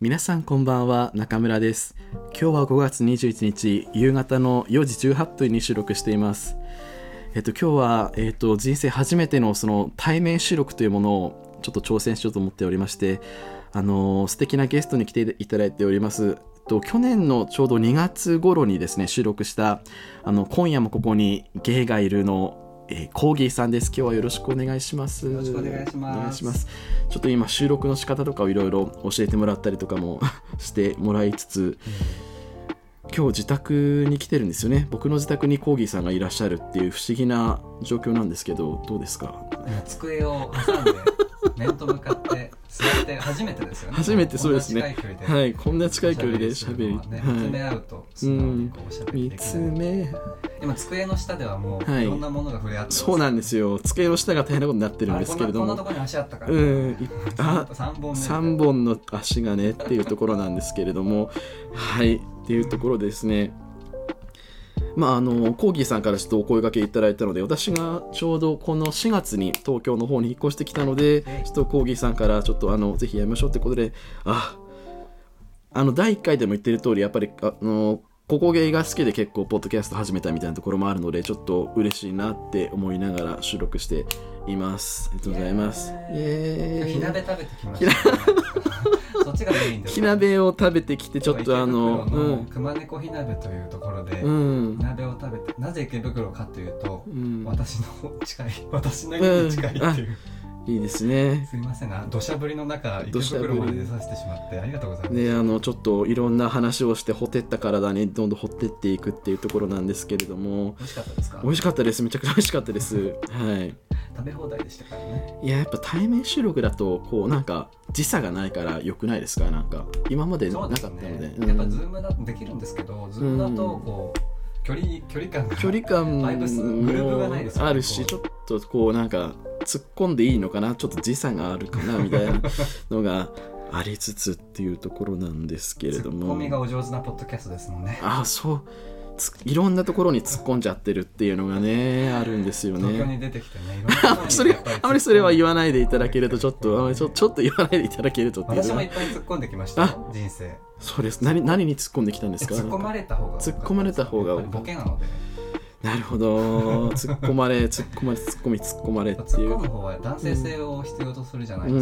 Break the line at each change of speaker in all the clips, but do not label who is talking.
皆さんこんばんは中村です今日は5月21日夕方の4時18分に収録していますえっと今日は、えっと、人生初めてのその対面収録というものをちょっと挑戦しようと思っておりましてあの素敵なゲストに来ていただいておりますと去年のちょうど2月頃にですね収録したあの今夜もここにゲイがいるの、えーコーギーさんです今日はよろしくお願いしますよ
ろしくお願いします
お願いしますちょっと今収録の仕方とかをいろいろ教えてもらったりとかも してもらいつつ今日自宅に来てるんですよね僕の自宅にコーギーさんがいらっしゃるっていう不思議な状況なんですけどどうですか
机を挟んで面と向かって座って初めてですよね
初めてそうですね
こんな近い距離で
はいこんな近い距離で喋り
おしゃべりするのは
はい
ね見つめ合うと素直にこうおしゃべり
見
でき
つ
る、
め
今机の下ではもう、
はい
い、ろんなものが触れ合ってます
そうなんですよ机の下が大変なことになってるん
あ
ですけれど
こんな
も
こんなとこに足あったから、
うんいあ
3本目
3本の足がねっていうところなんですけれどもはいっていうところですねまああのコーギーさんからちょっとお声掛けいただいたので私がちょうどこの4月に東京の方に引っ越してきたのでち
はい
ょっとコーギーさんからちょっとあのぜひやめましょうってことでああの第1回でも言ってる通りやっぱりあのここゲイが好きで結構ポッドキャスト始めたみたいなところもあるのでちょっと嬉しいなって思いながら収録していますありがとうございますイ
イエ
エーイ
火鍋食べてきました、ね、そっちがメインです
火鍋を食べてきてちょっとあの
池袋熊猫火鍋というところで、
うんうん
鍋を食べてなぜ池袋かというと
うん
私の近い私の家に近いっていう、
いいですね
すみませんあ土砂降りの中池
土砂降り
袋まで出させてしまってありがとうございます、
であのちょっといろんな話をしてほてった体にどんどんほってっていくっていうところなんですけれども
美味しかったですか
美味しかったですめちゃくちゃ美味しかったですはい
食べ放題でしたからね
いややっぱ対面収録だとこうなんか時差がないから良くないですかなんか今までな
そ
か
う
っ
で
た
す
の
ね
で
やっぱ
うん
ズームだとできるんですけどズームだとこう距離距離感が
距離感
バイブスグルーヴがないですよ
も
ね
あるしちょっとこうなんか突っ込んでいいのかなちょっと時差があるかなみたいなのがありつつっていうところなんですけれ
ツ
ど
ッコミが
も
お上手なポッドキャストですもんね
あそうついろんなところに突っ込んじゃってるっていうのがねあるんですよ
東京
ね。
に出てきてねいろんなところに
それ
やっぱり突っ込んで
あまりそれは言わないでいただけるとちょっとあまりちょちょっと言わないでいただけるとっていう
私
の
も
はい
っぱい突っ込んできましたよ人生え
そうです何何に突っ込んできたんですか
突っ込まれた方が多かった
突っ込まれた方が
やっぱりボケなので
なるほど突っ込まれ突っ込まれ突っ込み突っ込まれっ
突って
いう
込む方は男性性を必要とするじゃな
う
い
ん
で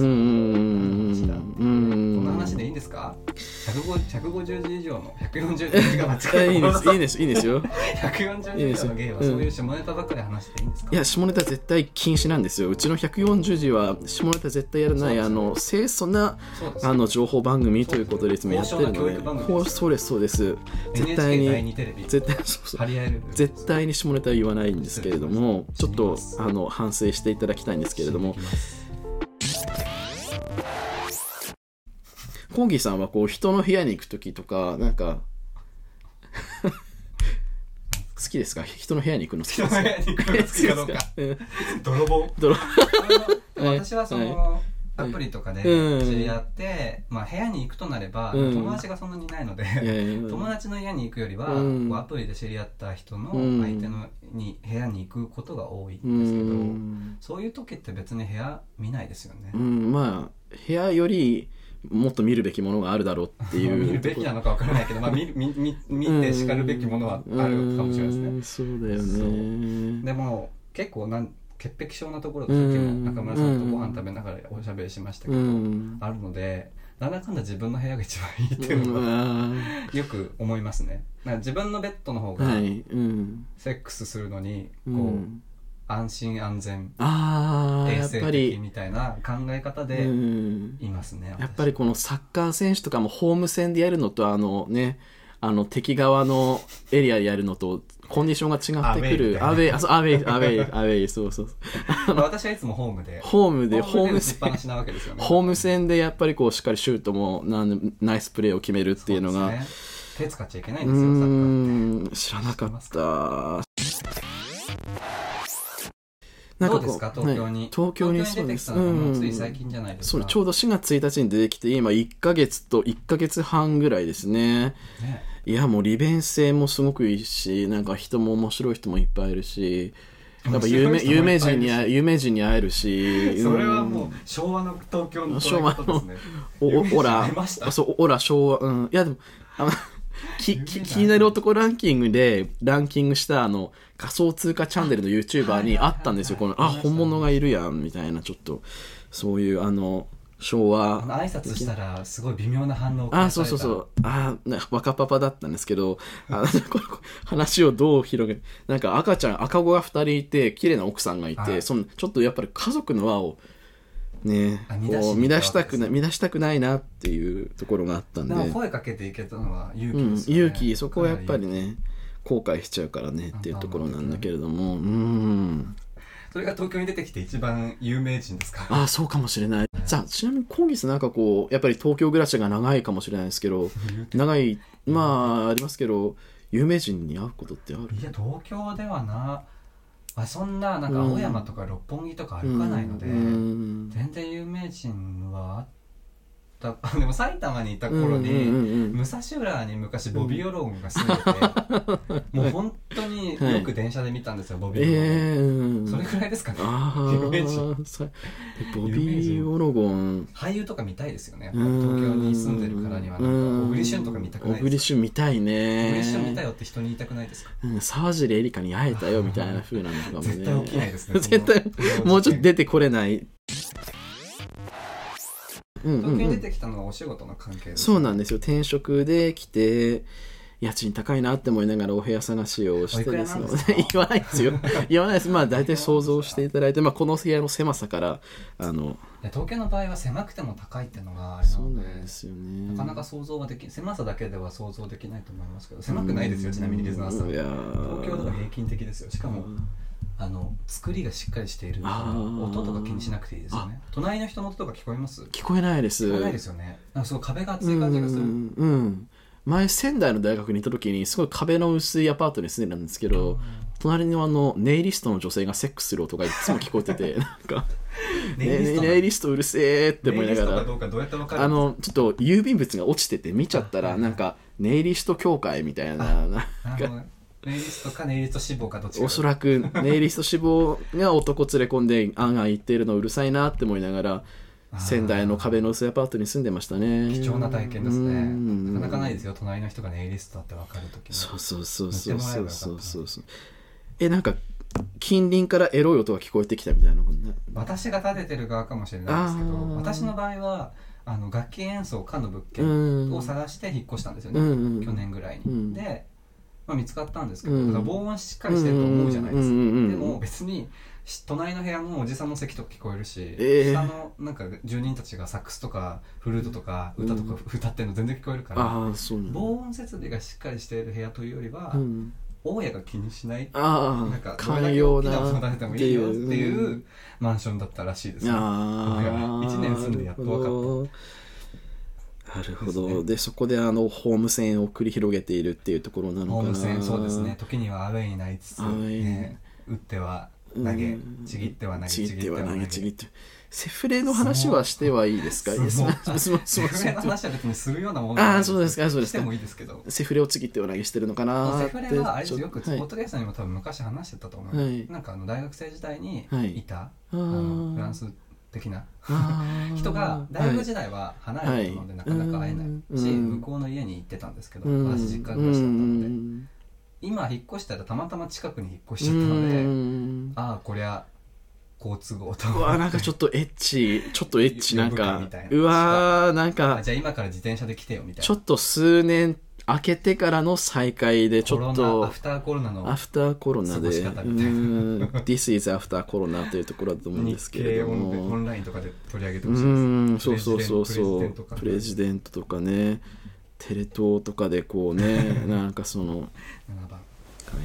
すか
うんうん
この話でいいんですか150 150字以上の140字が間違
えい
え
い
た
ですいいですいいですよ
140字以上のゲイはそういう下ネタばっかり話していいんですか
いや下ネタ絶対禁止なんですようちの140字は下ネタ絶対やらない
そうですね
あの清楚な
そうです
あの情報番組ということでいつもやってるの
高尚な教
で
育番組です
こうそうですそうです絶対
NHK 第
に
二テレビ
絶対そうそう
張り合える
絶対に下ネタは言わないんですけれどもち
失
ょっ
礼し
と
ます
あの反省していただきたいんですけれども
信じます
コーギーさんはこう人の部屋に行く時とかなんか好きですか人の部屋に行くの好き
人
で
の
すか
部屋に行くの好きかどうか
うん
泥棒
泥
でも私はそのアプリとかで
うん
知り合って、まあ、部屋に行くとなれば、
うん
友達がそんなにいないので、
い やいや
友達の家に行くよりは、
うん
こうアプリで知り合った人の
うん
相手のに部屋に行くことが多い
うん
ですけど、
ん
そういう時って別に部屋見ないですよね。
うんまあ部屋よりもっと見るべきものがあるだろうっていう
見るべきなのかわからないけど、まあ、見る見見見てしかるべきものはあるかもしれないです
う
ね。
んそうだよね
でも結構なん潔癖症なところとさっきも中村さんとご飯食べながらおしゃべりしましたけ
う
ど、
ん
あるのでなんだかんだ自分の部屋が一番いいっていうのは
うん
よく思いますねなんか自分のベッドの方が
はいうん
セックスするのに
う
こう、
ん
安心安全
ああ
衛
やっ
生
ぱ
的
り
みたいな考え方
う
で
ん
いますね、
やっぱりこのサッカー選手とかもホーム戦でやるのとあのねあの敵側のエリアでやるのとコンディションが違ってくるア
ア
ウ
ウ
ェイあそうアウェイアウェイアウェイそうそうそう
私まあ私はいつもホームで
ホームで
ホ
ホ
ー
ーム
ムで打ちっ
戦
ぱなしなわけですよね
ホーム戦でやっぱりこうしっかりシュートもなんナイスプレーを決めるっていうのがう,、
そうですね手使っちゃいけないんですよサ
ー
ッ
ん知らなかった
カーどうですか東京
はい
に、
東京にそう
出て
で
き
す
たのがもうつ
う
い
ん
最近じゃないです
そう
か
ちょうど4月1日に出てきて今1ヶ月と1ヶ月半ぐらいですね
ね
いやもう利便性もすごくいいしなんか人も面白い人もいっぱいいるしやっぱ有名
面白い人
有
もい
名
っぱい
人
いるし
に会有名人に会えるし
それは
う
も
ん
う昭和の東京の捉え方ですね
お
有
お
名
オ
人
ラ
会いました
そうオラ昭和うんいやでもあ のきき気になる男ランキングでランキングしたあの仮想通貨チャンネルの YouTuber にあったんですよこのあ本物がいるやんみたいなちょっとそういうあの昭和
あの挨拶したらすごい微妙な反応を
あそうそうそうあな若パパだったんですけどあ この話をどう広げなんか赤ちゃん赤子が2人いて綺麗な奥さんがいて、
はい
そのちょっとやっぱり家族の輪をね
あ乱しに
こう
行っ
乱
た
したくない
わけですね
乱したくないなっていうところがあったんで、
なんか声かけていけたのは勇
う
気
ん、
ですよね、
勇気そこはやっぱりね後悔しちゃうからねっていうところなんだけれどもうん
それが東京に出てきて一番有名人ですか
ああそうかもしれないさあちなみにコンギスなんかこうやっぱり東京暮らしが長いかもしれないですけど長いまあありますけど有名人に会うことってある
いや東京ではな、まあ、そんななんか青山とか六本木とか歩かないので、
うん
全然有名人はあった でも埼玉にいた
うんうんう
頃
ん
に、
うん
武蔵浦に昔ボビー・オローンが住んでて、 もう本当によく電車で見たんですよ、ボビー・オローン、
ええうん
それくらいですかね
ああ
有名人
さボビー・オロゴン
俳優とか見たいですよねやっぱり
うん
東京に住んでるからにはなん
うん
か小栗旬とか見たく
小
ない
栗
ですか
旬見たいね
小栗旬見たよって人に言いたくないですか
うん沢尻エリカに会えたよみたいな風なのかもね
絶対起きないですね
絶対
その
もうちょっと出てこれないうんうん
東京
う
に出
ん
てきたのはお仕事の関係です
そうなんですよ転職で来て家賃高いなって思いながらお部屋探しをしてですの
おいくらなんですか
言わないですよ言わないですまあ大体想像していただいて、まあ、この部屋の狭さからあの
いや東京の場合は狭くても高いってのがあれな
そう
の
な
で
んですよね
なかなか想像はでき狭さだけでは想像できないと思いますけど狭くないですよちなみにリズナーさん
いや
東
ー
京とか平均的ですよしかもあの作りがしっかりしているので
あー
音とか気にしなくていいですよね隣の人の音とか聞こえます
聞こえないです
聞こえないですよねなんかすごい壁が
う
厚い
ん
感じがす
う
る
んうん前仙台の大学にいた時にすごい壁の薄いアパートに住んでたんですけど隣のあのネイリストの女性がセックスする音がいつも聞こえててなんかねねネイリストうるせえって思いなが
ネイリストからどうかどうやってわかる
あのちょっと郵便物が落ちてて見ちゃったらなんかネイリスト協会みたいなな
なるほどねネイリストかネイリスト志望かどっちか
おそらくネイリスト志望が男連れ込んであんあん言ってるのうるさいなって思いながら仙台の壁の薄いアパートに住んでましたね
貴重な体験ですね
うん
なかなかないですよ隣の人がネイリストだってわかるとき
そう
に
そうそうそうそうそうそう
言
そうえなんか近隣からエロい音が聞こえてきたみたいなことね
私が立ててる側かもしれないですけ
あ
ど
ー
私の場合はあの楽器演奏家の物
う
件
ん
を探して引っ越したんですよ
うん
ね
うん
去年ぐらいに、
うん
で、まあ、見つかったんですけ
う
ど
ん
だから防音しっかりしてると思うじゃないですか、
うんうんうんうん
でも別にし隣の部屋のおじさんの席とか聞こえるし、
ええ
下のなんか住人たちがサックスとかフルートとか歌とか歌ってるの全然聞こえるから、
ああそうなんだ
防音設備がしっかりしている部屋というよりは、
うん
大家が気にしない
あ
なん
あ
か
寛容
どれだけ大きな音が
な
出てもいいよっていう
うん
マンションだったらしいですね
ああ
僕が一年住んでやっと分かった
なるほど
ですね
でそこであのホーム戦を繰り広げているっていうところなのかな
ホーム戦そうですね時にはアウェイになりつつ、
アウェイ
ね、打っては投げ
うん
ちぎっては投げ
ちぎっては投げちぎ
っ
ってセフレの話はしてはいいですか
相撲
いやすませんす
て
ま
は
せん
投げセフレの話は別にするようなもの
ああそうですかそうです
して
か
もいいですけど
セフレをちぎってお投げしてるのかなー
セ
って
フレはあれですよよく
ちょっ
ポ
と
ッドキャストにも多分昔話してたと思う、
はい
なんかあの大学生時代に
はい
いた、
あ
あ
ー
のフランス的な
あー
人が大学時代は離れてたので
は
ないかなか会えないし、
うん
向こうの家に行ってたんですけど、
うん
私実家暮らしだったので、
うん
今引っ越したらたまたま近くに引っ越しちゃったので、
うん
ああこりゃ好都合と
うわなんかちょっとエッチちょっとエッチなん
呼ぶか
か
みたいな
うわーなん
あ
か
じゃあ今から自転車で来てよみたいな
ちょっと数年明けてからの再会でちょっ
コロナア
と
フターコロナの
アフターコロナで「う
過ごし方みたいな
ーん This is after コロナ」というところだと思うんですけ
日
れ
経
ど
オンオ
も
ンラインとかで取り上げて
う
ほしいです、
ーんそうそうそうそうプ
プ
レ
レ
ジ
ジ
デントとかねテレ東とかでこう ねなんかその
7番
はい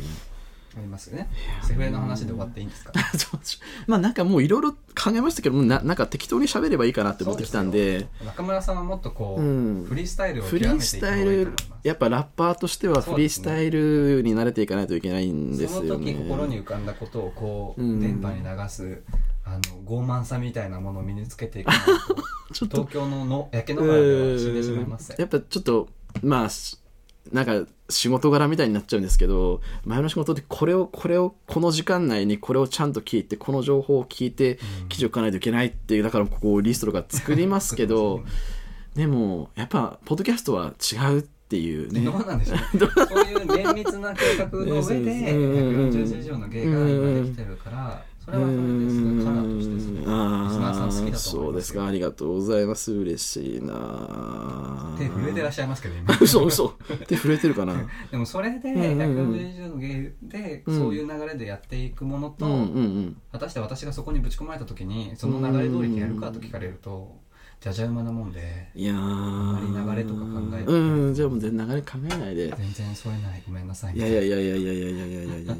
ありますよねセフレの話で終わっていいんですか
どうしようまあなんかもういろいろ考えましたけどもうななんか適当に喋ればいいかなって思ってきたんで
中村さんはもっとこう、
うん
フリースタイルを
フ
極
リー
めていった
ス
方が
タ
い
イ
いと思い
ル
ます
やっぱラッパーとしてはフリースタイルに慣れていかないといけないんですよ
そ
ね
の時心に浮かんだことをこう、
うん
電波に流すあの傲慢さみたいなものを身につけていく
ちょっと
東京のの焼け野原では死んでしまいます
やっぱちょっとまあしなんか仕事柄みたいになっちゃうんですけど前の仕事ってこれをこれをこの時間内にこれをちゃんと聞いてこの情報を聞いて記事を書かないといけないっていうだからここをリストとか作りますけ どでもやっぱポッドキャストは違うっていうね
どうなんでしょうねそういう綿密な計画の上で
ねそうですうん
140字以上の芸が今できてるからそれはそれですカラーとしてすごいリスナーさん好きだと
そ
思
う
い
で
ますす
か
よ
ありがとうございます嬉しいな
手震えてらっしゃいますけど今
嘘嘘手震えてるかな
でもそれで
うんうんうん
140字以上の芸でそういう流れでやっていくもの
う
と、
んうん
果たして私がそこにぶち込まれた時にその流れ通りにやるかと聞かれるとじゃじゃ馬なもんで
いやあ
んまり流れとか考えてない
うんじゃあもう全然流れ考えないで
全然添えないごめんなさい
いやいやいやいやいやいやいやいやいやいやいやいや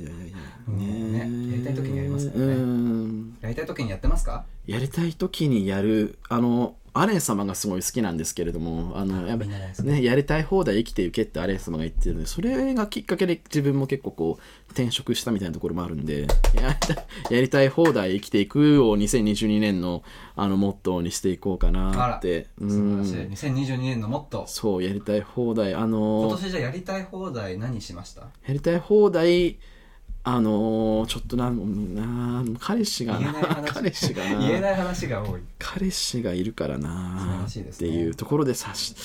ねやりたい時にやりますからね
うん
やりたい時にやってますか
やりたい時にやるあのアレン様がすごい好きなんですけれどもあのやっぱ
みんな大好き
ね、やりたい放題生きていけってアレン様が言ってるのでそれがきっかけで自分も結構こう転職したみたいなところもあるんで やりたいやりたい放題生きていくを2022年のあのモットーにしていこうかなってう
素晴ら
ん
しい2022年のモットー
そうやりたい放題あ
今
の
年じゃあやりたい放題何しました
やりたい放題あのちょっとなな彼氏が
言えない
な
話
彼氏がな
言えない話が多い
彼氏がいるから
素晴
な
らしいです
って
ね
いうところでさし、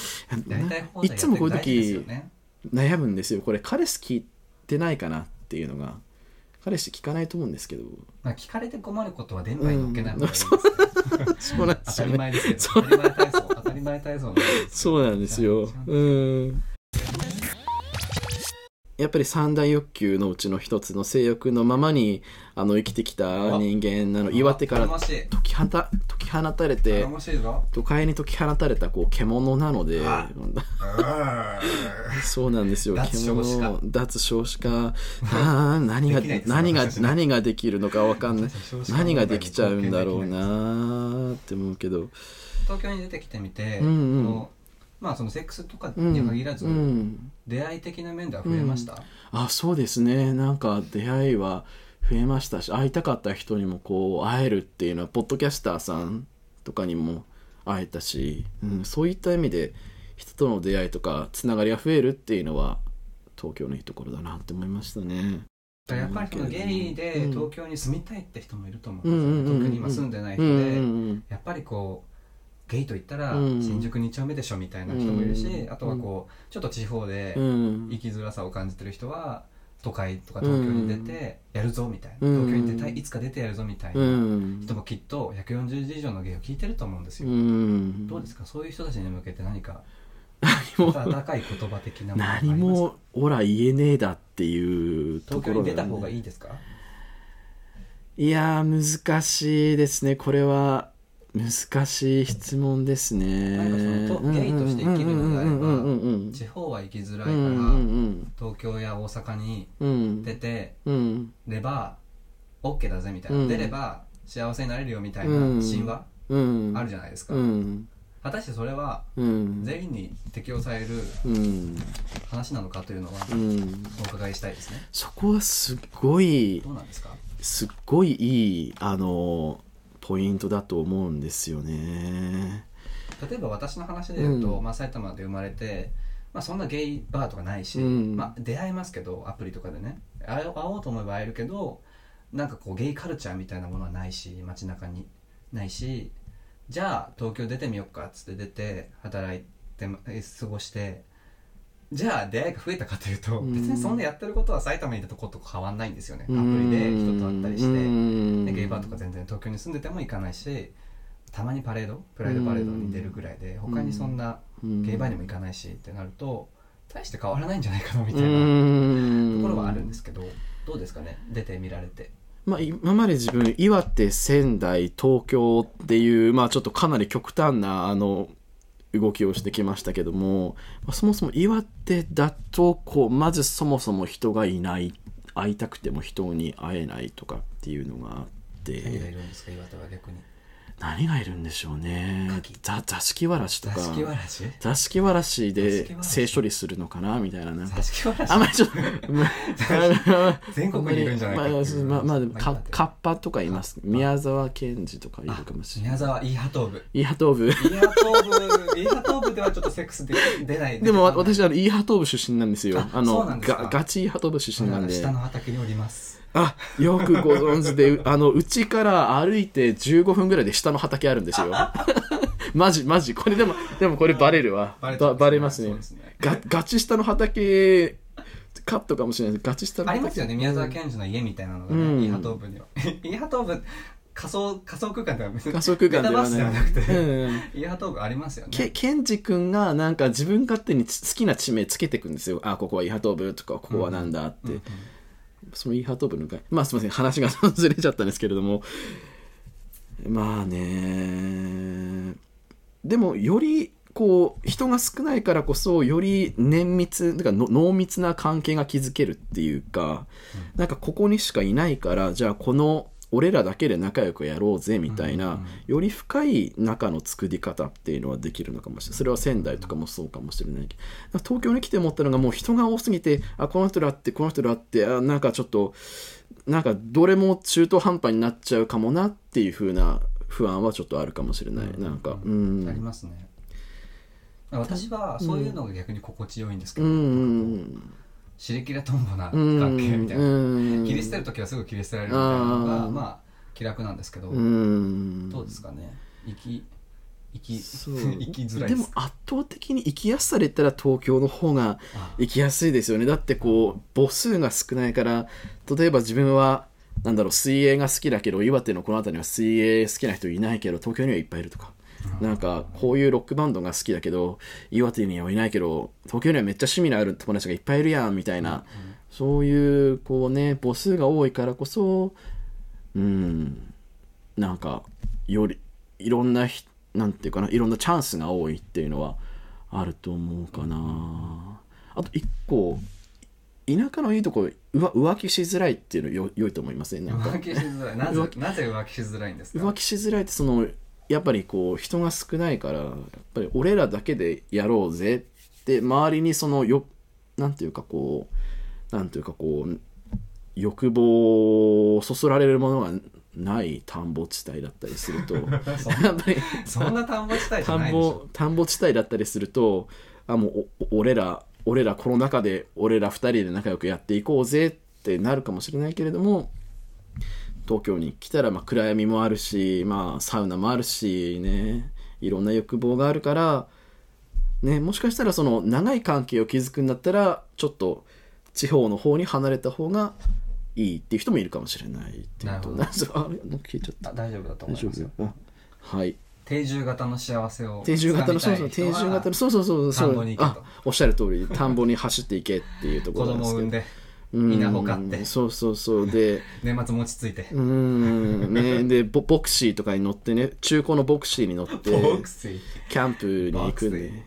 やりたい放
い
題やって
つもこういう
大事ですよ
時
ね
悩むんですよこれ彼氏聞いてないかなっていうのが彼氏聞かないと思うんですけど
まあ聞かれて困ることは電波に乗っけない方がいいです ね
そうなんで
当
す
た
よ
り
ね
前ですけど当たり前体操当たり前体操の
そうなんですようんやっぱり三大欲求のうちの一つの性欲のままにあの生きてきた人間なの岩手から
楽しい
解き放た解き放たれて
頼もしいぞ
都会に解き放たれたこう獣なので
あ
そうなんですよ
脱少子化
獣脱少子化あー 何が
できないです
何が
私たち
何ができるのか分かんない
少子化問題
何
に
ができちゃうんだろう
貢献でき
な
ない
ーって思うけど
東京に出てきてみて、
うんうん
そのまあそのセックスとか
うん
に限らず、
うん
出会い的な面では増えました、
あそうですねなんか出会いは増えましたし会いたかった人にもこう会えるっていうのはポッドキャスターさんとかにも会えたし、うん、そういった意味で人との出会いとかつながりが増えるっていうのは東京のいいところだなって思いましたね。
やっぱりそのゲイで
うん
東京に住みたいって人もいると思う
うんうんうんうん
特に今住んでない人
う
で、
んうん
やっぱりこうゲイと言ったら
うん
新宿2丁目でしょみたいな人もいるし、
うん
あとはこうちょっと地方で
うんうん
生きづらさを感じてる人は都会とか東京に出てやるぞみたいな、
うん
東京に出たいいつか出てやるぞみたいな、
うん
人もきっと140字以上のゲイを聞いてると思うんです
う
よ、
ん
どうですかそういう人たちに向けて何か
も
温かい言葉的なものがあり
何
ます
もオラ言えねえだっていうと
東
こ
京
ろ
に
だよ
出
ね
た方がいいですか
いやー難しいですねこれは難しい質問ですね
なんかそのとゲイとして生きるのであれば地方は行きづらいから東京や大阪に出てれば OK だぜみたいな、
うん
出れば幸せになれるよみたいな
うん
神話ある
じ
じゃないです
ゃ
か、果たしてそれは全員に適用される話なのかというのはお伺いしたいですね
そこはすっごい
どうなんですか
すっごいいいあのポイントだと思うんですよね。
例えば私の話で言うと、
うん
まあ、埼玉で生まれて、まあ、そんなゲイバーとかないし、
うん
まあ、出会えますけどアプリとかでね会お会おうと思えば会えるけどなんかこうゲイカルチャーみたいなものはないし街中にないしじゃあ東京出てみようかっつって出て働いてえ過ごしてじゃあ出会いが増えたかというと、
うん
別にそんなやってることは埼玉にいたとこと変わんないんですよね、
ア
アプリで人と会ったりして。でゲ
ゲ
イバーとか全然東京に住んでても行かないしたまにパレードプライドパレードに出るぐらいで
ん
他にそんなゲイバーにも行かないしってなると大して変わらないんじゃないかなみたいなと
と
ころはあるんですけどどうですかね出てみられて
まあ、今まで自分岩手仙台東京っていう、まあ、ちょっとかなり極端なあの動きをしてきましたけども、まあ、そもそも岩手だとこうまずそもそも人がいない会いたくても人に会えないとかっていうのがあっ
何がい
て
るんですか岩手は逆に
何がいるんでしょうね
カキ
ざ座敷わらしと
座
か
敷わらし
座敷わらし
座
で
敷わらし
性処理するのかなみたいななんか
座敷わらし
あんまりちょっと
全国にいるんじゃないかって
まあ
いう
まあまあでも
まあいい
か
わ
カッパとかいます
カッパ
宮沢賢治とかいるかもしれない
宮沢イーハトーブ
イーハトーブ
イーハトーブイーハトーブではちょっとセックスで出ない
でもわ
出てこない
私あのイーハトーブ出身なんですよ
あ
あ
そ
の
うなんですか
ガガチイーハトーブ出身なんで
下の畑におります
あよくご存知であのうちから歩いて15分ぐらいで下の畑あるんですよ マジマジこれでもでもこれバレるわ
バレちゃい
ば
ますね
バレますね
そうですね
ガガチ下の畑カットかもしれないですガチ下の
あ
畑
りますよね宮沢賢治の家みたいなのが
うん
ねイーハトーブには イーハトーブ仮想仮想空間では別に
仮想空間ではない
メタバースではなく て
うんうん
イーハトーブありますよ
け
ね
ケンジ君がなんか自分勝手につ好きな地名つけていくんですよあここはイハトーブとかここはなんだって、
うん
そのイハトーブの回まあすいません話が ずれちゃったんですけれどもまあねでもよりこう人が少ないからこそより綿密とかの濃密な関係が築けるっていうか、なんかここにしかいないからじゃあこの俺らだけで仲良くやろうぜみたいな、
うんうん
より深い中の作り方っていうのはできるのかもしれないそれは仙台とかもそうかもしれないけどなんか東京に来て思ったのがもう人が多すぎてあこの人らってこの人らってあなんかちょっとなんかどれも中途半端になっちゃうかもなっていう風な不安はちょっとあるかもしれない、なんかう
あり
ん
ますね私はそういうのが逆に心地よいんですけ
うんう
ど、
ん
シリキラトンボな
うんうん
関係みたいな、
うん
切り捨てる時はすぐ切り捨てられるみたいなのが
あー
まあ気楽なんですけど、
うん
どうですかね生き生き
そう
生きづらい
で
で
も
す
圧倒的に生きやすさで言ったら東京の方が
あ
行きやすいですよねだってこう母数が少ないから例えば自分はなんだろう水泳が好きだけど岩手のこの辺りは水泳好きな人いないけど東京にはいっぱいいるとかなんかこういうロックバンドが好きだけど岩手にはいないけど東京にはめっちゃ趣味のある友達がいっぱいいるやんみたいなそういうこうね母数が多いからこそうんなんかよりいろんなひなんていうかないろんなチャンスが多いっていうのはあると思うかなあと一個田舎のいいところ浮気しづらいっていうのよ良いと思いますねなんか
浮気しづらいなぜなぜ浮気しづらいんですか
浮気しづらいってそのやっぱりこう人が少ないからやっぱり俺らだけでやろうぜって周りにそのよなんていうかこうなんていうかこう欲望をそそられるものがない田んぼ地帯だったりす ると やっぱり
そんな田んぼ地帯じ
田
ゃなんいでしょ
ぼ田んぼ地帯だったりするとあもうおお俺ら俺らこの中で俺ら2人で仲良くやっていこうぜってなるかもしれないけれども東京に来たらまあ暗闇もあるし、まあ、サウナもあるしねいろんな欲望があるから、ね、もしかしたらその長い関係を築くんだったらちょっと地方の方に離れた方がいいっていう人もいるかもしれないっていうこと
な
あれなんか消えちゃった
あ大丈夫だと
大
思い
丈
ますよ
夫あはい
定住型の幸せを
定住型のそうそう
掴みたい
定
人は
住型のそうそうそうそう
田んぼに行けと
あおっしゃる通り田んぼに走っていけっていうとこ
子
ろなんで
供を
すけ
産
ど
んで
うん
稲穂買って
そうそうそうで
年末餅ついて
うーんねでボボクシーとかに乗ってね中古のボクシーに乗って
ボクシー
キャンプに行くん
ボクシ
で
ー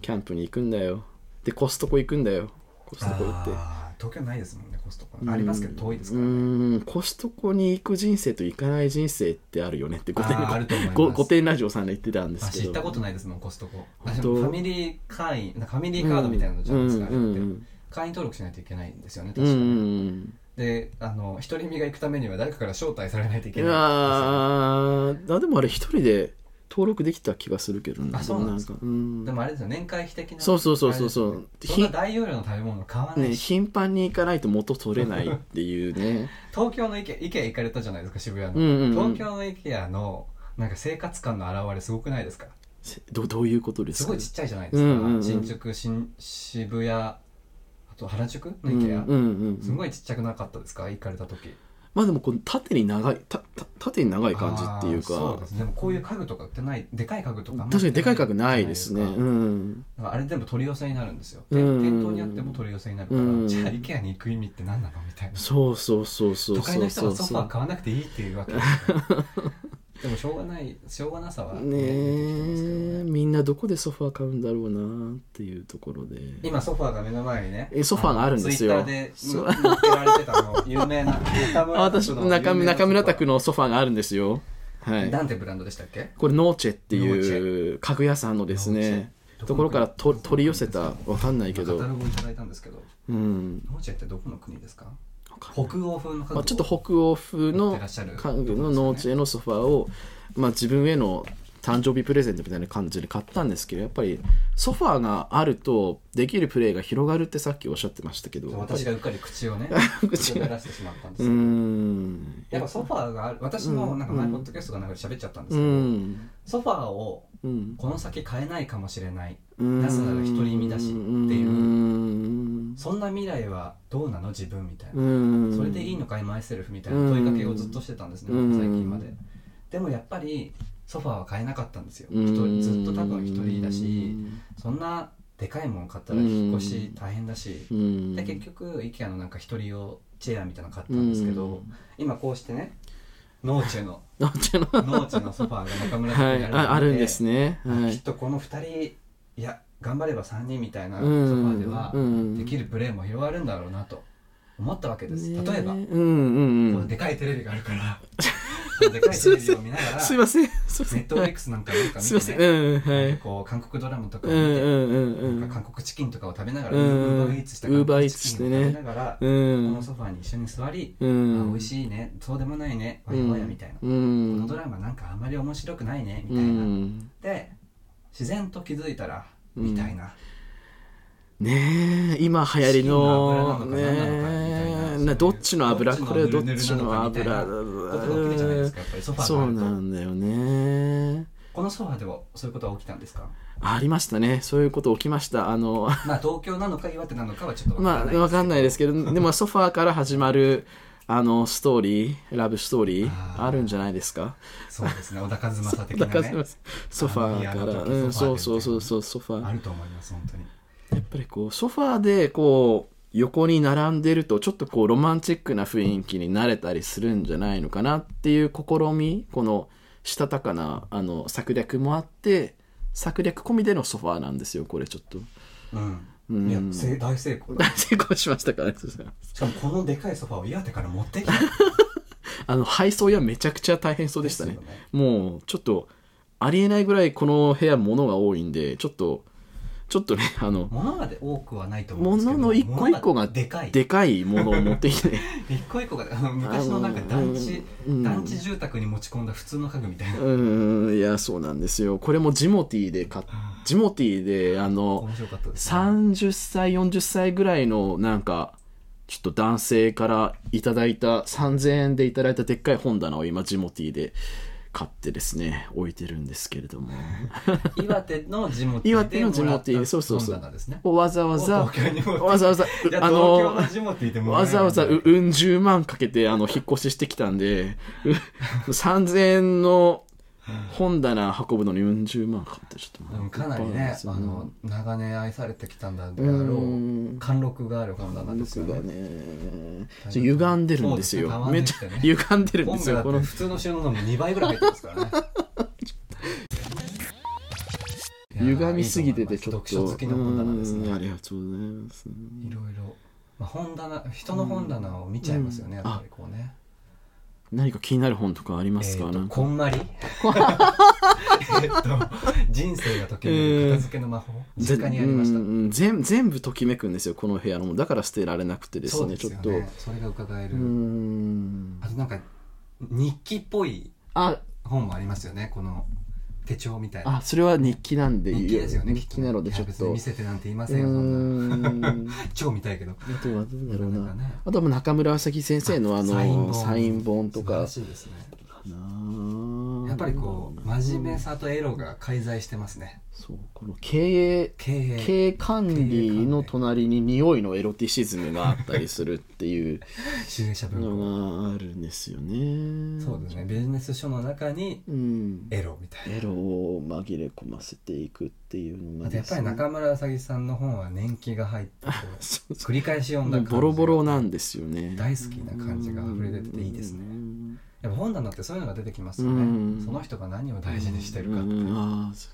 キャンプに行くんだよでコストコ行くんだよコストコ行って
あー東京ないですもんねコストコありますけど遠いです
う
からね
ーんコストコに行く人生と行かない人生ってあるよねって御殿
あーあると思います
ご御殿ラジオさんが言ってたんですけ
私
ど
行ったことないですもんコストコ
本
私
当
もファミリー会員なんかファミリーカードみたいなのじゃないですかあれ
うんうんう
って
ん
会員登録しないといけないんですよね
う
確
んう
か
ん
に
うん
であの独り身が行くためには誰かから招待されないといけないんですよ
ああでもあれ一人で登録できた気がするけど
あそうなんですか
でもうん
でもあれですよ年会費的な
そうそうそうそうそう
あれですよねそんな大容量の食べ物買わな
ね、
いし、
頻繁に行かないと元取れないっていう ね
東京の IKEA IKEA 行かれたじゃないですか渋谷の、
うんうんうん
東京の IKEA のなんか生活感の表れすごくないですか
せどどういうことです
す
か
ごいちっちゃいじゃないですか、
うんうんうん
新宿新渋谷あと原宿の
うん
IKEA、
うんうん
すごいちっちゃくなかったですか行かれた時
まあでもこの縦に長いたた縦に長い感じっていう
あーそ
か
うですねでもこういう家具とか売ってないでかい家具とかあんま
確かにでかい額ないですね
じゃな
う
い
ん
ですかだからあれ全部取り寄せになるんですよ、
うんうんうん
店頭にあっても取り寄せになるから、
うん
じゃあ IKEA に行く意味って何なのみたいな
そうそうそうそう
都会
そ
の
う
人
そ
は
う
ソフ
そ
ァー
う
買わなくていいってい うわけですからでもしょうがないしょうがなさはね
ね
出てきてますけど
え
ね
みんなどこでソファー買うんだろうなっていうところで
今ソファーが目の前にね
えソファーがあるんですよ
ツイッ
そ
ターで載っけられてたあの有名な中
あ私中中村
拓
拓のソファーがあるんですよはい、
なんてブランドでしたっけ
これノーチェって
ノーチ
いう家具屋さんのですねところからと取り寄せたわかんないけ
カタ
ど
ログをいただいたんですけど
うん
ノーチェってどこの国ですか
わかんない
北欧風の家具
まあ、ちょっと北欧風
持っ
の
てらっしゃる
家具の農地へのソファーを、まあ、自分への誕生日プレゼントみたいな感じで買ったんですけどやっぱりソファーがあるとできるプレーが広がるってさっきおっしゃってましたけどやっぱり
私がうっかり口をね
口
口
が
を出してしまったんです
う
よ
ん
やっぱソファーがある私もなんか
う
前
ん
ポッドキャストがなんかで喋っちゃったんです
う
けど、
ん
ソファーを
うん
この先買えないかもしれない
うん
なぜなら独り身だしっていう
うん
そんな未来はどうなの自分みたいな、
うん
それでいいのかいマイセルフみたいな問いかけをずっとしてたんですね、
うん
最近まででもやっぱりソファーは買えなかったんですよ、
うん
一人ずっと多分一人だしそんなでかいもん買ったら引っ越し大変だし、
うん
で結局 IKEA のなんか一人用チェアみたいなの買ったんですけど、今こうしてねノーチェの
農地の
ノーチェのソファーが中村
は
さん
い
に
ああるんですねは
きっ
い
とこの2人いや頑張れば3人みたいなソ
う
フ
ん
ァーでは
うん
できるプレーも広がるんだろうなと思ったわけです、例えば、
ねうんうん
こ
う
の
ん
でかいテレビがあるから このでかいテレビを見ながら
すい
ネ
ませんすいません
ットフリックスなんかなんか見
すいま
て
せん
ね
うんはい
なんかこう韓国ドラマとかを
う
見て、
んうんうん
な
うんん
か韓国チキンとかを食べながら、
うん
ウーバーイーツした韓
Uber
国
Eats
チ
し
キ
て
ンを
ね
食べながら、
うん
このソファーに一緒に座り、
うん
あ美味しいねそうでもないねわやわやみたいな、
う
この
ん
ドラマなんかあまり面白くないねみ
う
たいな、
ん
で自然と気づいたら、
うん
みたいな
ねえ今流行りの
チキンの油なのか何なのかみたいな
ねえ
そういう
などっちの油
どっちの
これはどっ
ぬる
ち
ぬるなの
の
かみたいな
油
ことが起きるじゃないですかやっぱりソファ
そ
ー
う
が
な
あると
んだよね
このソファーではそういうことは起きたんですか
ありましたねそういうこと起きましたあ の
まあ東京なのか岩手なのかはちょっとわ
まあわかんないですけどでもソファーから始まるあのストーリーラブストーリー
あー
あるんじゃないですか
そうですね小田和正 的
だ
な
から
ね
ソファーか
あの
ら
リアルな
うん
時ソファーで
そうそうそうそうソファー
あると思います本当に
やっぱりこうソファーでこう横に並んでるとちょっとこうロマンチックな雰囲気になれたりするんじゃないのかなっていう試みこのしたたかなあの策略もあって策略込みでのソファーなんですよこれちょっと
う
うん
んいやせ大成功だ
大 成功しましたからありがとうございます
しかもこのでかいソファーを岩手から持ってきた
あの配送屋めちゃくちゃ大変そうでしたね
ですよね
もうちょっとありえないぐらいこの部屋物が多いんでちょっとちょっとねあの
物まで多くはないと思うんですけど
物の一個一個が
でかい
でかいものを持ってきて
一個一個があの昔のなんか団地、
うんうん
団地住宅に持ち込んだ普通の家具みたいな、
うーんいやそうなんですよこれもジモティーで買っジモティーであの
面白かったです、ね、
30歳40歳ぐらいのなんかちょっと男性からいただいた3000円でいただいたでっかい本棚を今ジモティーで買ってですね置いてるんですけれども
岩手の地元
岩手の地元でそうそうそう
ですね
わざわざ
お東京に持って
わざわざ
いや
あ
東京
の
の地元いてもらえ
わ
るんだ
ざわざううん十万かけてあの引っ越ししてきたんでう3000円の本棚運ぶのにうん十万かかってちょっと
うんかなりねあの長年愛されてきたんだであろ
うん
う貫禄がある本棚ですよ
が
ね
ねちょ歪んでるんですよ
そう
めっ
です
ち
ね
ゃ歪んでるんで
本
す
が
よ
だっ
こ
て
の
普通の収納の2倍ぐらい入ってますからねい や
歪みすぎてて
いい
ちょ
思
っ
いま
と
す読書好きの本棚ですね
うんありがとうございます
いろいろ、まあ、本棚人の本棚を見ちゃいますよね、
うん
やっぱりこうね、
何か気になる本とかあります
え
か
ー
なん
と
か
こんまり えっと人生が時に片付けの魔法、
ぜ
実家にありました、
うんうん全全部ときめくんですよこの部屋のもだから捨てられなくてです
そう
ね
です
ちょ
よ
っ
ね
とう
それが伺える、
ーん
あとなんか日記っぽい
あ
本もありますよねこの手帳みたいな
あそれは日記なんで
日記ですよね
日記なので
き
ち
っと
ょ
い
っ
や別に
と
見せてなんて言いま
う
せんよそんな
ーん
超見たいけど
あとはどうだろう
な
な。
んかね
あとはもう中村朝輝先生のあのサ
サ
イ
イ
ン
ン
本
本
と
素晴。
から
しいですね
なあ
やっぱりこう真面目さとエロが介在してますね
そうこの経営
経営
経営管理の隣に匂いのエロティシズムがあったりするっていう
集英社文庫
のがあるんですよね。
そうですねビジネス書の中に
うん。
エロみたいな
エロを紛れ込ませていくっていうのが
あとや
で
っ
すね、
ぱり中村あさぎさんの本は年季が入ってこう
そうそ
繰り返し読
うん
だ感じが
ボロボロなんですよね。
大好きな感じが溢れ出てていいですね
ね。
やっぱ本棚ってそういうのが出てきますよ
うん
ねその人が何を大事にしてるかって
うんあーそ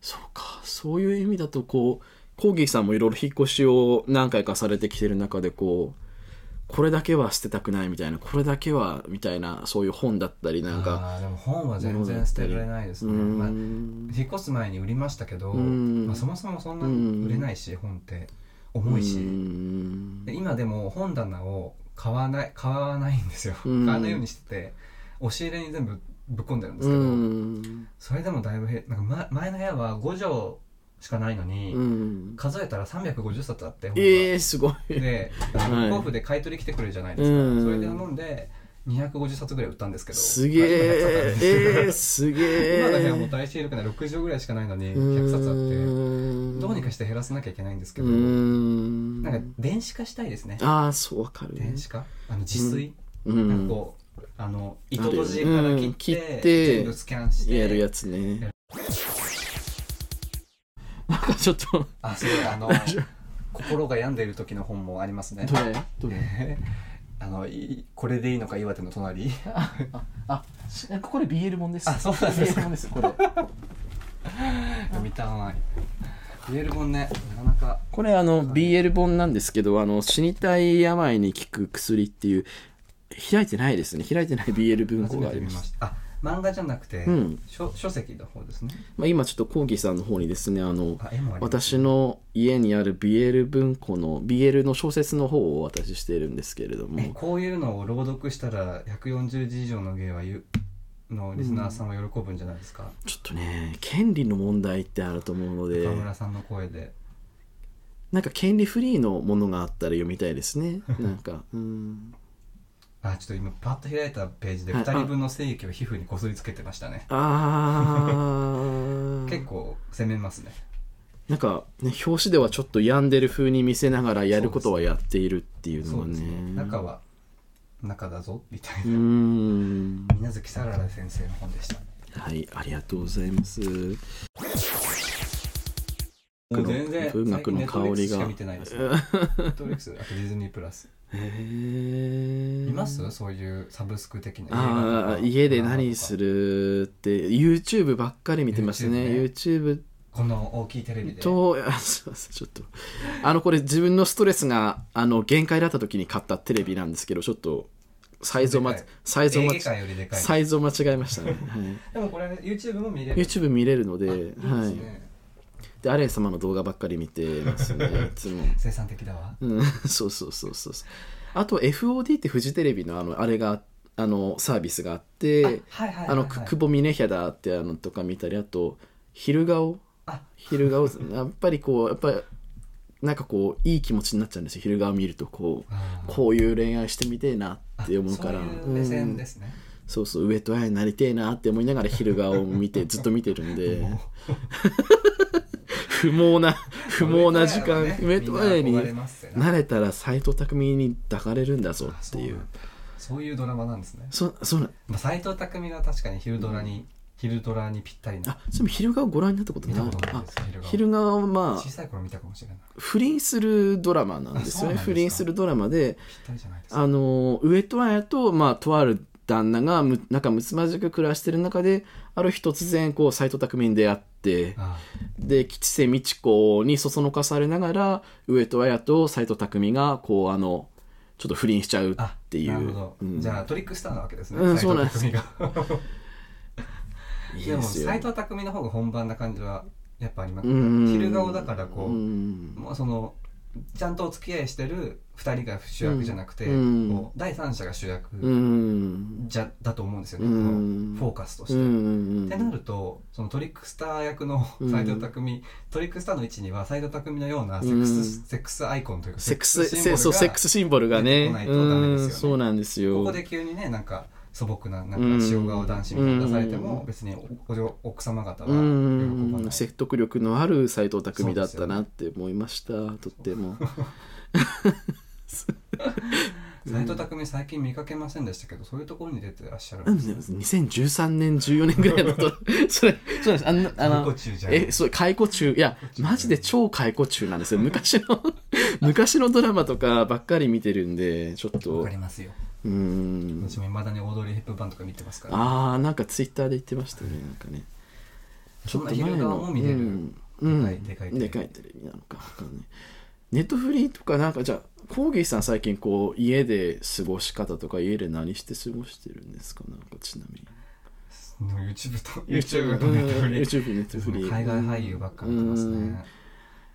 そうかそういう意味だとこうコーギーさんもいろいろ引っ越しを何回かされてきてる中でこうこれだけは捨てたくないみたいなこれだけはみたいなそういう本だったりなんか
あーでも本は全然捨てられないです
うー
ね、まあ、
ん
引っ越す前に売りましたけど、
うん
まあ、そもそもそんな売れないし本って重いう
ー
し
ん
で今でも本棚を買わない買わないんですよ
うん
買わないようにしてて押し入れに全部ぶっ込んでるんで
う
すけど、
ん
それでもだいぶ減なんか、ま、前の部屋は5畳しかないのに、
うん
数えたら350冊あって本が
えー、すごい
で、あ
は
の
い
甲府で買い取り来てくれるじゃないです
うん
か。それで飲んで、250冊ぐらい売ったんですけど。
すげ
100
え
冊あったん
えー、
です
すげ
けど今の部屋も
え
大しているから60ぐらいしかないのに、
うー
100
ん
冊あって、どうにかして減らさなきゃいけないんですけ
うー
ど、
ん
なんか電子化したいですね。
ああそうわかるね
電子化あの自炊、
う
なん
ん
かこう、あの、糸とじから切
う
って、
ん切って
全部スキャンして、
やるやつねなんかちょっと
あ、そうあ の、心が病んでいる時の本もありますね。
どれどれ
あの、いこれでいいのか岩手 の隣。
あしこれ BL もんです
あそうなんですか
BL もんですこれ
読みたい。メール本ね、なかなか。
これあの BL 本なんですけどあの死にたい病に効く薬っていう開いてないですね開いてない BL 文庫があります
た。あ、漫画じゃなくて、
うん
書書籍の方ですね。
まあ、今ちょっとコーギーさんの方にですねあの
あ、絵もあります。
私の家にある BL 文庫の BL の小説の方をお渡ししているんですけれど
え
も
こういうのを朗読したら140字以上の芸はゆのリスナーさんは喜ぶんじゃないですか、
ちょっとね権利の問題ってあると思うので
岡村さんの声で
なんか権利フリーのものがあったら読みたいです ねなんかうん
あちょっと今パッと開いたページで
はい
2人分の精液を皮膚にこすりつけてましたね
あー
結構攻めますね
なんか、ね、表紙ではちょっと病んでる風に見せながらやることはやっているっていうの
そ
が
うですね
ね
中は中だぞみたいうな、
ーん
水月さらら先生の本でした
はいありがとうございます
もう全然
文学の香
最近 Netflix
り
しか
が
見てないです
へ
ネットフリックス、あとディズニープラス。
ー
いますそういうサブスク的な
ああ家で何す
る
るって YouTube ばっかり見てますね YouTube
この大きいテレビで。
とあすいませんちょっとあのこれ自分のストレスがあの限界だった時に買ったテレビなんですけどちょっとサイズをま
で
ち
かい
サイズをま
映
ち
画館よりでかい。
サイズを間違えましたね、は
でもこれ、ね、YouTube も見れ
い、
る。
YouTube 見れるので
あいいです
はい、
ね。
でアレン様の動画ばっかり見てます ねいつも、
生産的だわ。
うん、 そうそうそうそうそうあと FOD ってフジテレビのあのあれがあのサービスがあって
あはいはいはいはい
あのく久保峰ヒャダってあのとか見たりあと昼顔
あ
昼 顔ですねやっぱりこうやっぱりなんかこういい気持ちになっちゃうんですよ昼顔見るとこう
あー
こういう恋愛してみてえなって思うから
あそういう目
う
線
ん
ですね。
そうそう上戸彩になりてえなって思いながら昼顔を見 てずっと見てるんで 不毛 な不毛な時間上
上
戸
戸
彩
彩
に
はねみんな憧れますよね
慣れたら斎藤匠に抱かれるんだぞ
あ
っ
そ
て
う
い
な
うん
だそういうドラマなんですね。
そそうなん
まあ、斉藤匠は確かに昼ドラに、昼ドラにぴったりな
あ。そういえば昼顔ご覧になったこと
見
ない
たことないです
あ。
昼
昼顔は
顔
ま
小
あ
さい頃見たかもしれない。
不倫するドラマなんですよね
あそうなんですか
不倫するドラマで
ぴったりじゃないですか。
あの上戸彩と、まあ、とある旦那がむ仲睦まじく暮らしてる中である日突然こう斎藤匠に出会って
あ
で吉瀬美智子にそそのかされながら上戸彩と斎藤匠がこうあのちょっと不倫しちゃうっ
ーあ
ていう
なるほど、
うん
じゃあトリックスターなわけですね、
うん
斎
そうなんで
藤
す
匠が
いい
でも
ですよ
斎藤匠の方が本番な感じはやっぱあります、
うん
昼顔だからこう、
ん
もうそのちゃんとお付き合いしてる2人が主役じゃなくて、
うん
こう第三者が主役
うん
じゃ、だと思うんですよね、
うん
このフォーカスとして、
うん
ってなるとそのトリックスター役の
うん
斎藤匠、トリックスターの位置には斎藤匠のようなセックス,、
うん
セックスアイコンというか
セックス
シンボル
せ
が
そうセックスシンボルがね
出てこないとダメ
う
ですよね
んそうなんですよ
ここで急にねなんか素朴ななんか塩顔男子みたいなの出されても、
うん
別におお奥様方は
う
喜ばなんい
説得力のある斎藤匠だったなって思いました、とっても
斎藤匠最近見かけませんでしたけどそういうところに出てらっしゃる
なんん
で
ですね
ね
2013年14年ぐらいだ とそれそうなんですあのあの
解雇中じゃん
えそう解雇中いやマジで超解雇中なんですよ 昔の昔のドラマとかばっかり見てるんでちょっ
わ
と
かりますよ
うーん
私もいまだにオードリー・ヘップバーンとか見てますから
ああなんかツイッターで言ってましたねなんかねち
そ
ょ
ん
っ
な
と
昼
前
顔
の
も見れる、
うんうん
でかいでかいテレビ
でかいテレビなのかわかんないネットフリーとかなんかじゃあコーギーさん最近こう家で過ごし方とか家で何して過ごしてるんですかなんかちなみに
YouTube と YouTube とネットフリ
YouTube ネットフリー
海外俳優ばっかり見てます
う
ね
ん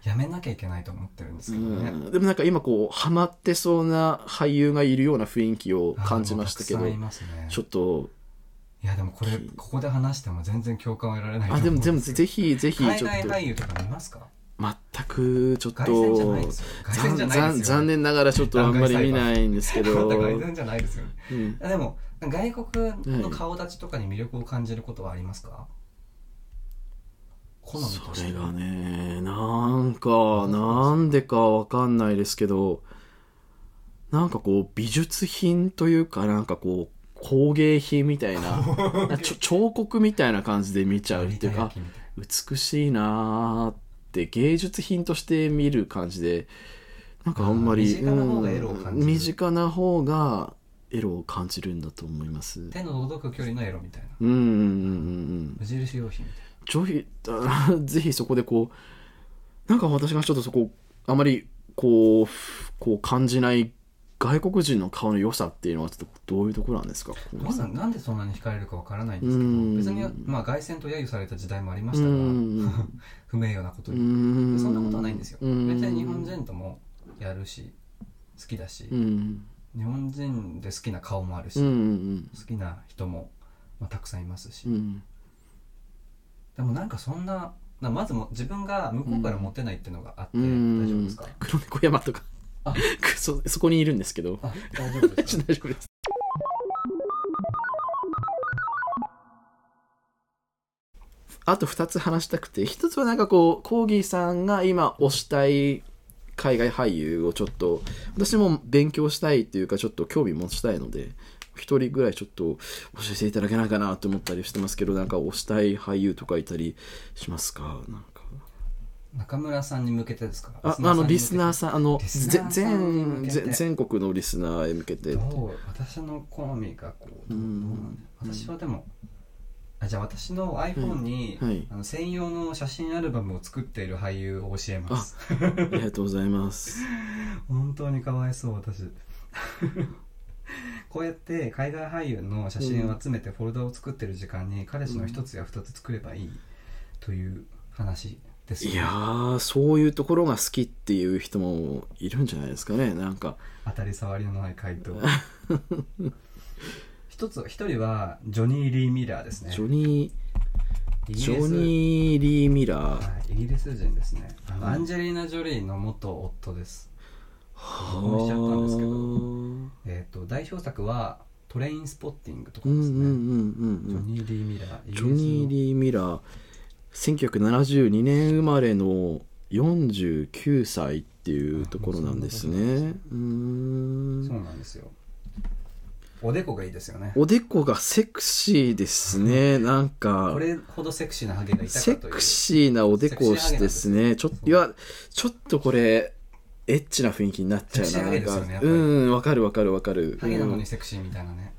やめなきゃいけないと思ってるんです
う
けどね
んでもなんか今こうハマってそうな俳優がいるような雰囲気を感じましたけ
あ
ど
ーもうたくさんいますね
ちょっと
いやでもこれここで話しても全然共感を得られないと
あ
思
で
うん
もでも
すけど
ぜひぜひちょっと
海外俳優とか見ますか
全くちょっ
凱旋じゃ
と
ないですよ凱
残
旋じゃない
残
ですよ
残念ながらちょっとあんまり見ないんですけど、
だから
う
全じゃないですよね
ん、
あでも外国の顔立ちとかに魅力を感じることはありますか、好みと
そ
して
れがねなんかなんでかわかんないですけどなんかこう美術品というかなんかこう工芸品みたいな ちょ彫刻みたいな感じで見ちゃうっていうか
有田焼みたい
美しいなーって芸術品として見る感じでなんかあんまり
あー身近な方がエロを感じる
うん身近な方がエロを感じるんだと思います
手の届く距離のエロみたいな
うんうんうんうん
無印良品みたい
うんぜひあぜひそこでこうなんか私がちょっとそこあまりこうふこう感じない外国人の顔の良さっていうのはちょっとどういうところなんですか
ななんなんでそんなに惹かれるかわからないんで
うーん
すけど別に、まあ、凱旋と揶揄された時代もありました
う
が
ん
不名誉なこと
う
に
ん
そんなことはないんですよ別
うん
に日本人ともやるし好きだし
うん
日本人で好きな顔もあるし
うんう
好
ん
きな人も、まあ、たくさんいますし
うん
でもなんかそんななまずも自分が向こうからモテないっていうのがあって、
うん
大丈夫ですか
黒猫山とか
あ
く そそこにいるんですけど
あ大丈夫で
ち
す
ょ
か
っと大丈夫ですあと2つ話したくて1つはなんかこうコーギーさんが今推したい海外俳優をちょっと私も勉強したいというかちょっと興味持ちたいので1人ぐらいちょっと教えていただけないかなと思ったりしてますけどなんか推したい俳優とかいたりしますかなんか
中村さんに向けてですか
ああのリスナーさ
さ
んあの
リスナーさ
全
んに向けて
全全国のリスナーへ向けて
んに向けてどう私の好みがこうどう
うん
どうなんだろう私はでもあじゃあ私の iPhone に、
はい
あの専用の写真アルバムを作っている俳優を教えます
ありがとうございます。
本当にかわいそう私 こうやって海外俳優の写真を集めてフォルダを作ってる時間に彼氏の一つや二つ作ればいいという話ですよ
いやーそういうところが好きっていう人もいるんじゃないですかねなんか
当たり障りのない回 答一つ一人はジョニー・リー・ミラーですね
ジョニ
イ
ー・
ギリス
ジョニー・リー・ミラー
はいイギリス人ですねあの
うん
アンジェリーナ・ジョリーの元夫です
は
僕も見ちゃったんですけど
うん
えっ、と代表作は「トレインスポッティング」とか
う
で
んう
すね、
んう
ジョ
ん
ニー・リー・ミラー
うんジョニー・
ー
リー・ミラー1972年生まれの49歳っていうところなんですねうーん
そうなんですよおでこがいいですよね
おでこがセクシーですね。なんか
こ、れほどセクシーなハゲがいたかとい
セ
う
クシーなおでこをしてですね。ちょっと、いや、ちょっとこれ、エッチな雰囲気になっちゃう
セクシー
な。
ハ
な
ゲ
ん
です
か、
よねやっぱ
う
り
ん、わかるわかるわかる。
ハゲなのにセクシーみたいなね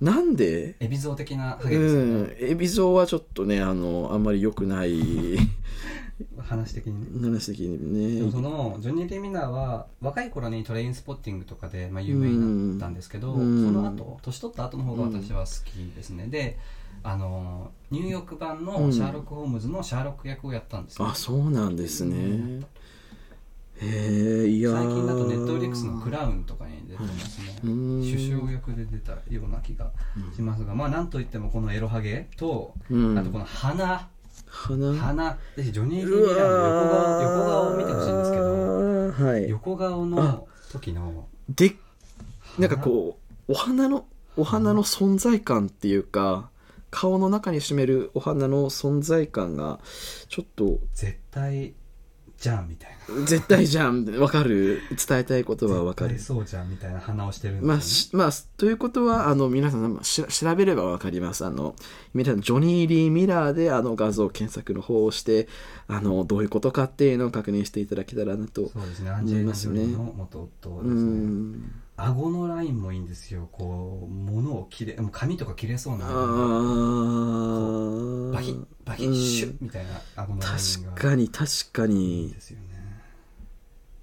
うんなんで
エビゾ的なハ
う
ゲですよね、
ん、エビゾはちょっとね、あの、あんまり良くない
話的にね
話的に
でもそ
ね。
のジョニー・リミナーは若い頃にトレインスポッティングとかで、まあ、有名になったんですけど、
うん
その後年取った後の方が私は好きですね、であのニューヨーク版
う
の
ん
シャーロック・ホームズのシャーロック役をやったんですよ、
あ、そうなんですね。へえ、いや
最
ー
近だとネットフリックスの「クラウン」とかに出てますね、
うん
首相役で出たような気がしますが、まあなんといってもこのエロハゲと、
うん
あとこの鼻
鼻
鼻ぜひジョニー・リミ
う
ナーの
わー
横顔横顔を見てほしいんですけど
はい。
横顔の時の
でなんかこうお花のお花の存在感っていうか顔の中に占めるお花の存在感がちょっと
絶対じゃんみたいな
絶対じゃんわかる伝えたいことはわかる
絶対そうじゃんみたいな鼻をしてるんですよね
まあ、しまあ、ということはあの皆さんまあし調べればわかりますあの皆さんジョニー・リー・ミラーであの画像検索の方をしてあのどういうことかっていうのを確認していただけたらなと
そうですねアンジェリーナ・ジョリーの元夫ですね
ん
顎のラインもいいんですよこう物を切れもう髪とか切れそう
あ
な
ー
バキッバキッシュッみたいな顎のライン
確
が
かに確か
いいん
に
ですよね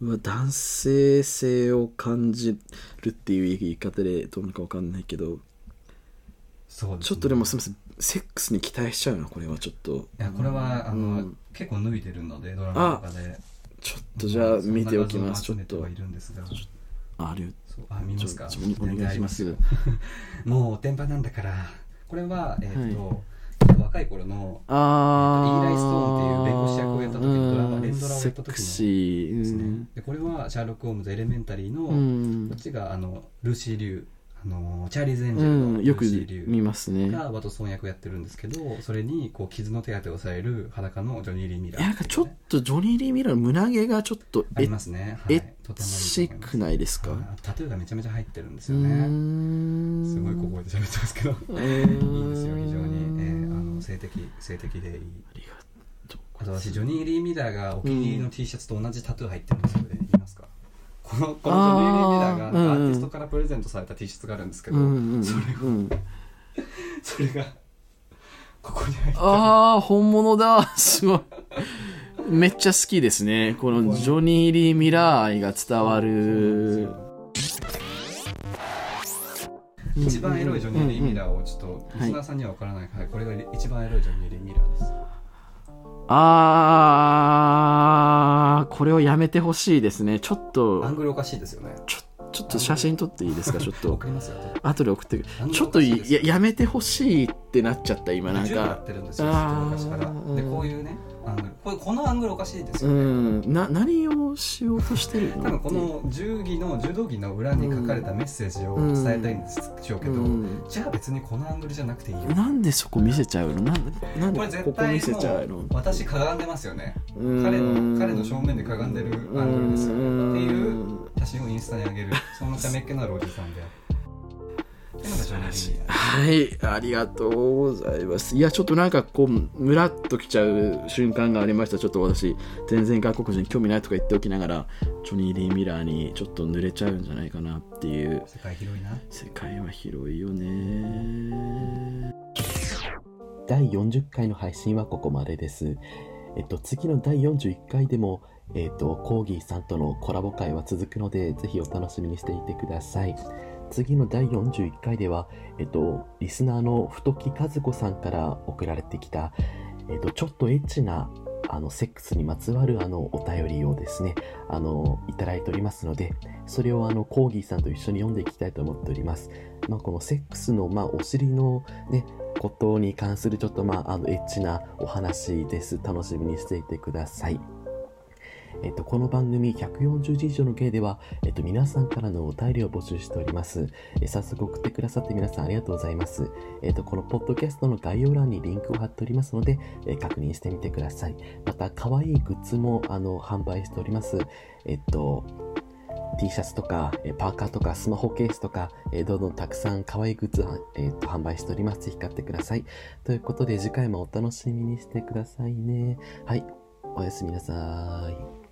うわ男性性を感じるっていう言い方でどうなのか分かんないけど
そうす
ちょ
ね
っとでもすみませんセックスに期待しちゃうなこれはちょっと
いやこれはあの、
うん
結構脱いでるのでドラマとかで
ちょっとじゃあ
そんな
見ておきますちょ
画像を集
っ
めて
と
はいるんですが
あれ
そうあ見ますか
ちょちょお願いします
全然ありますもうおてんばなんだからこれはえっ、と、若い頃の
あ
イーライストーンっていう弁護士役をやった時のドラマ
うん
連ドラをやった時の
セクシー
ですね、でこれはシャーロック・ホームズ・エレメンタリーの、
うん
こっちがあのルーシー・リュウあのチャーリーズ・エンジ
う
ェル
ん、う
の
ん、
ル
よく
ーシー・リュ
見ますね
ウ
い
がワトソン役やってるんですけどそれにこう傷の手当てをされる裸のジョニー・リー・ミラー
やなんかちょっとジョニー・リー・ミラーの胸毛がちょっと
あ
エ
り
ッ
ますね、は
エ
い、
ッ
とてもい
チ
いと思います
くないですか
はいタトゥーがめちゃめちゃ入ってるんです
う
よね
ーん
すごい小声で喋ってますけどいい
え
ん
ー
ですよ非常に、えーあの性的性的でいい
ありがとう
あと私ジョニー・リー・ミラーがお気に入りの T シャツと同じタトゥー入ってるんですよねいますかこのこのジョニー・リー・ミラーが
あー
ア
うんうん
ーティストからプレゼントされた T シャツがあるんですけど、
うんうんうん
それ
うん
それがここに入って
ああ本物だすごいめっちゃ好きですねこのジョニー・リー・ミラー愛が伝わる
一番エロいジョニー・リー・ミ
ー
ラーをちょっとリスナーさんには分からないから、これが一番エロいジョニー・リー・ミラーです
あーこれをやめてほしいですねちょっ
アン
と
グルおかしいですよね
ちょちょっと写真撮っていいですかちょ っと
送りますよ
後で送ってく
アング
ち
ル
ょっ
おか
と
しいです
ややめてほしいってなっちゃった今なん
10や
か
ってるんですよ、
あ
ずっと
ー
昔から。で、こういうね、アングル。これこのアングルおかしいです
う
よね。
んな何をしようとしてるの
多分この柔技の柔道着の裏に書かれたメッセージを伝えたいんでしょうけど、
うん
じゃあ別にこのアングルじゃなくていいよ。
なんでそこ見せちゃうのなんなん
これ
でこ
絶
こ見
対
せ
も
ちゃうの
う私かがんでますよね。
うん
彼の彼の正面でかがんでるアングルですよ
うん
ね。っていう写真をインスタに上げる、そのちゃめっ気のあるおじさんである。っていうのがジョニー・リーミラー
はいありがとうございますいやちょっとなんかこうムラっときちゃう瞬間がありましたちょっと私全然外国人に興味ないとか言っておきながらジョニー・リー・ミラーにちょっと濡れちゃうんじゃないかなっていう
世界広いな。
世界は広いよね第40回の配信はここまでですえっと次の第41回でもえっとコーギーさんとのコラボ会は続くのでぜひお楽しみにしていてください次の第41回ではえっとリスナーの太木和子さんから送られてきたえっとちょっとエッチなあのセックスにまつわるあのお便りをですねあのいただいておりますのでそれをあのコーギーさんと一緒に読んでいきたいと思っております。まあ、このセックスの、まあ、お尻の、ね、ことに関するちょっと、まあ、あのエッチなお話です。楽しみにしていてください。えっと、この番組140字以上の芸では、えっと、皆さんからのお便りを募集しております。え早速送ってくださって皆さんありがとうございます。えっと、このポッドキャストの概要欄にリンクを貼っておりますので、え確認してみてください。また、可愛いグッズも、あの、販売しております。えっと、T シャツとか、えーパーカーとか、スマホケースとか、えーどんどんたくさん可愛いグッズは、えーと販売しております。ぜひ買ってください。ということで、次回もお楽しみにしてくださいね。はい。おやすみなさい。